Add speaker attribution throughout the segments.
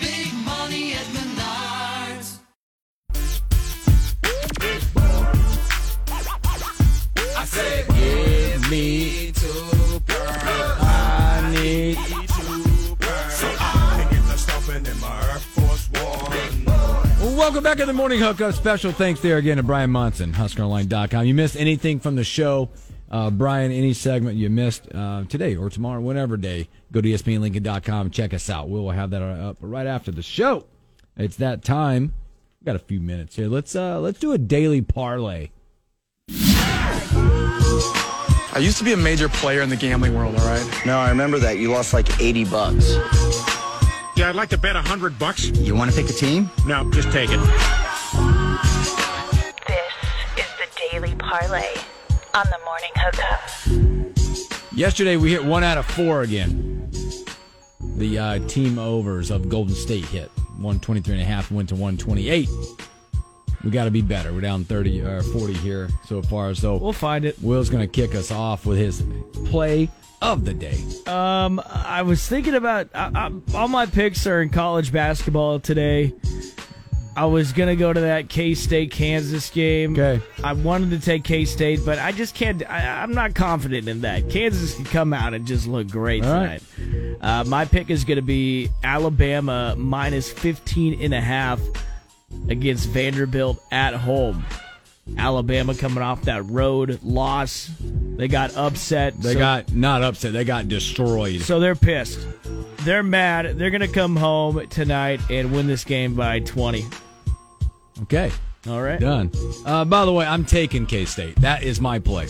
Speaker 1: big money at Menards.
Speaker 2: I said, give me two pearls. I need two pearls. So I can get the stuffing in my Air Force One.
Speaker 3: Well, welcome back to the Morning Hookup. Special thanks there again to Brian Monson, HuskerOnline.com. You missed anything from the show, uh, Brian, any segment you missed uh, today or tomorrow, whatever day, go to E ESPNLincoln.com. Check us out. We will have that uh, up right after the show. It's that time. We've got a few minutes here. Let's uh, let's do a daily parlay.
Speaker 4: I used to be a major player in the gambling world, all right?
Speaker 5: No, I remember that. You lost like 80 bucks.
Speaker 6: Yeah, I'd like to bet a hundred bucks.
Speaker 5: You want to pick a team?
Speaker 6: No, just take it.
Speaker 7: This is the Daily Parlay on the Morning Hookup.
Speaker 3: Yesterday we hit one out of four again. The uh, team overs of Golden State hit 123 and a half, went to 128. We got to be better. We're down 30 or 40 here so far. So
Speaker 8: We'll find it.
Speaker 3: Will's going to kick us off with his play of the day.
Speaker 8: Um, I was thinking about I, I, all my picks are in college basketball today. I was gonna go to that K State Kansas game.
Speaker 3: Okay.
Speaker 8: I wanted to take K State, but I just can't. I, I'm not confident in that. Kansas can come out and just look great
Speaker 3: All right.
Speaker 8: tonight. Uh, my pick is gonna be Alabama minus 15 and a half against Vanderbilt at home. Alabama coming off that road loss, they got upset.
Speaker 3: They
Speaker 8: so-
Speaker 3: got not upset. They got destroyed.
Speaker 8: so they're pissed. They're mad. They're going to come home tonight and win this game by 20.
Speaker 3: Okay,
Speaker 8: All right.
Speaker 3: done. Uh, by the way, I'm taking K State. That is my play.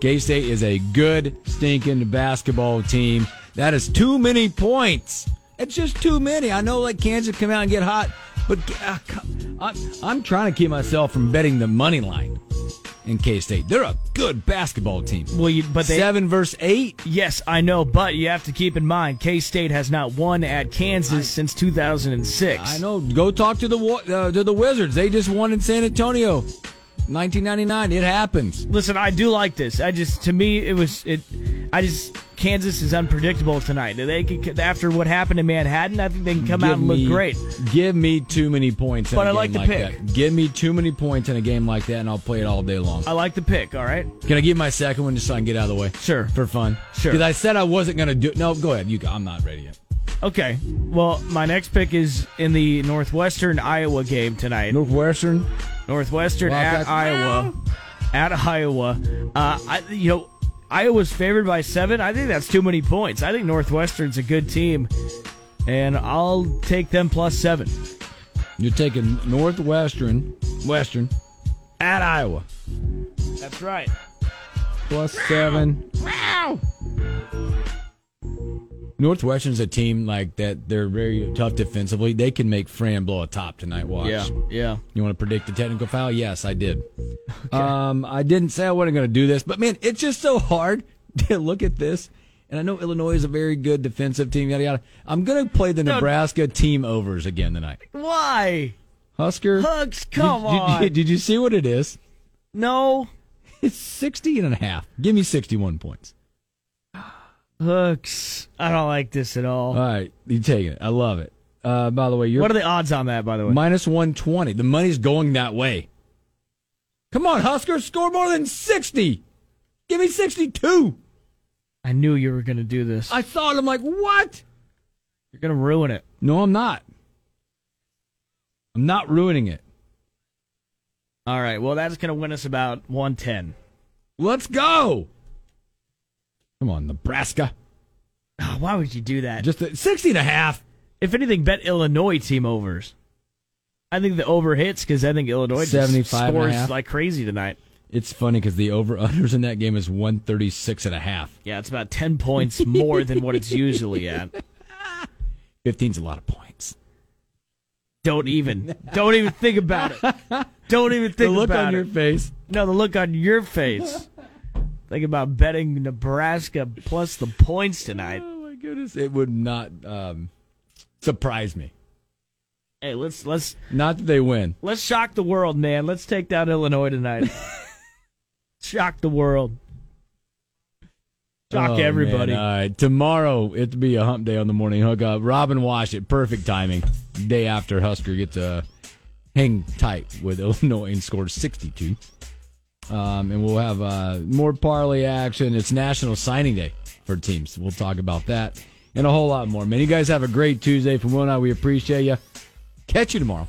Speaker 3: K State is a good stinking basketball team. That is too many points. It's just too many. I know like Kansas come out and get hot, but uh, come- I'm, I'm trying to keep myself from betting the money line in K State. They're a good basketball team.
Speaker 8: Well, you, but they
Speaker 3: Seven versus eight.
Speaker 8: Yes, I know, but you have to keep in mind K State has not won at Kansas since 2006.
Speaker 3: I know. Go talk to the Wa- uh, to the Wizards. They just won in San Antonio, 1999. It happens.
Speaker 8: Listen, I do like this. I just to me it was it I just Kansas is unpredictable tonight. They could, after what happened in Manhattan, I think they can come out
Speaker 3: Give
Speaker 8: and look
Speaker 3: me-
Speaker 8: great.
Speaker 3: Give me too many points. In
Speaker 8: But
Speaker 3: a
Speaker 8: I
Speaker 3: game
Speaker 8: like the
Speaker 3: like
Speaker 8: pick.
Speaker 3: That. Give me too many points in a game like that, and I'll play it all day long.
Speaker 8: I like the pick, all right?
Speaker 3: Can I give my second one just so I can get out of the way?
Speaker 8: Sure.
Speaker 3: For fun.
Speaker 8: Sure.
Speaker 3: Because I said I wasn't gonna do. No, go ahead. You. go. I'm not ready yet.
Speaker 8: Okay. Well, my next pick is in the Northwestern Iowa game tonight.
Speaker 3: Northwestern.
Speaker 8: Northwestern at
Speaker 3: Wildcats.
Speaker 8: Iowa. At Iowa. Uh, I, you know, Iowa's favored by seven. I think that's too many points. I think Northwestern's a good team, and I'll take them plus seven.
Speaker 3: You're taking Northwestern. Western. At Iowa.
Speaker 8: That's right.
Speaker 3: plus seven. Northwestern's a team like that. They're very tough defensively. They can make Fran blow a top tonight. Watch.
Speaker 8: Yeah. Yeah.
Speaker 3: You want to predict the technical foul? Yes, I did. Um, I didn't say I wasn't going to do this, but man, it's just so hard to look at this. And I know Illinois is a very good defensive team. Yada yada. I'm going to play the Nebraska team overs again tonight.
Speaker 8: Why?
Speaker 3: Husker.
Speaker 8: Hugs, come
Speaker 3: did, did-
Speaker 8: on.
Speaker 3: did you see what it is?
Speaker 8: No.
Speaker 3: It's 60 and a half. Give me 61 points.
Speaker 8: Hooks. I don't like this at all.
Speaker 3: All right, you take it. I love it. Uh, by the way, Uh, you're
Speaker 8: Oh. what are the odds on that, by the way?
Speaker 3: minus one twenty. The money's going that way. Come on, Huskers, score more than sixty. Give me sixty-two.
Speaker 8: I knew you were going to do this.
Speaker 3: I saw it. I'm like, what?
Speaker 8: You're going to ruin it.
Speaker 3: No, I'm not. I'm not ruining it.
Speaker 8: All right. Well, that's going to win us about 110.
Speaker 3: Let's go. Come on, Nebraska.
Speaker 8: Oh, why would you do that?
Speaker 3: Just a, 60 and a half.
Speaker 8: If anything, bet Illinois team overs. I think the over hits because I think Illinois just
Speaker 3: 75 and a half.
Speaker 8: scores like crazy tonight.
Speaker 3: It's funny because the over-unders in that game is 136 and a half.
Speaker 8: Yeah, it's about 10 points more than what it's usually at.
Speaker 3: 15's a lot of points.
Speaker 8: Don't even. Don't even think about it. Don't even think
Speaker 3: the look
Speaker 8: about
Speaker 3: on
Speaker 8: it.
Speaker 3: your face.
Speaker 8: No, the look on your face. Think about betting Nebraska plus the points tonight.
Speaker 3: Oh my goodness, it would not um, surprise me.
Speaker 8: Hey, let's let's
Speaker 3: Not that they win.
Speaker 8: let's shock the world, man. Let's take down Illinois tonight. shock the world. Shock
Speaker 3: Oh,
Speaker 8: everybody.
Speaker 3: man. All right, tomorrow it'll be a hump day on the morning hook up. Robin Wash it. Perfect timing. Day after Husker gets a hang tight with Illinois and scores 62. Um, and we'll have uh, more parlay action. It's National Signing Day for teams. We'll talk about that and a whole lot more. Man, you guys have a great Tuesday. From Will and I, we appreciate you. Catch you tomorrow.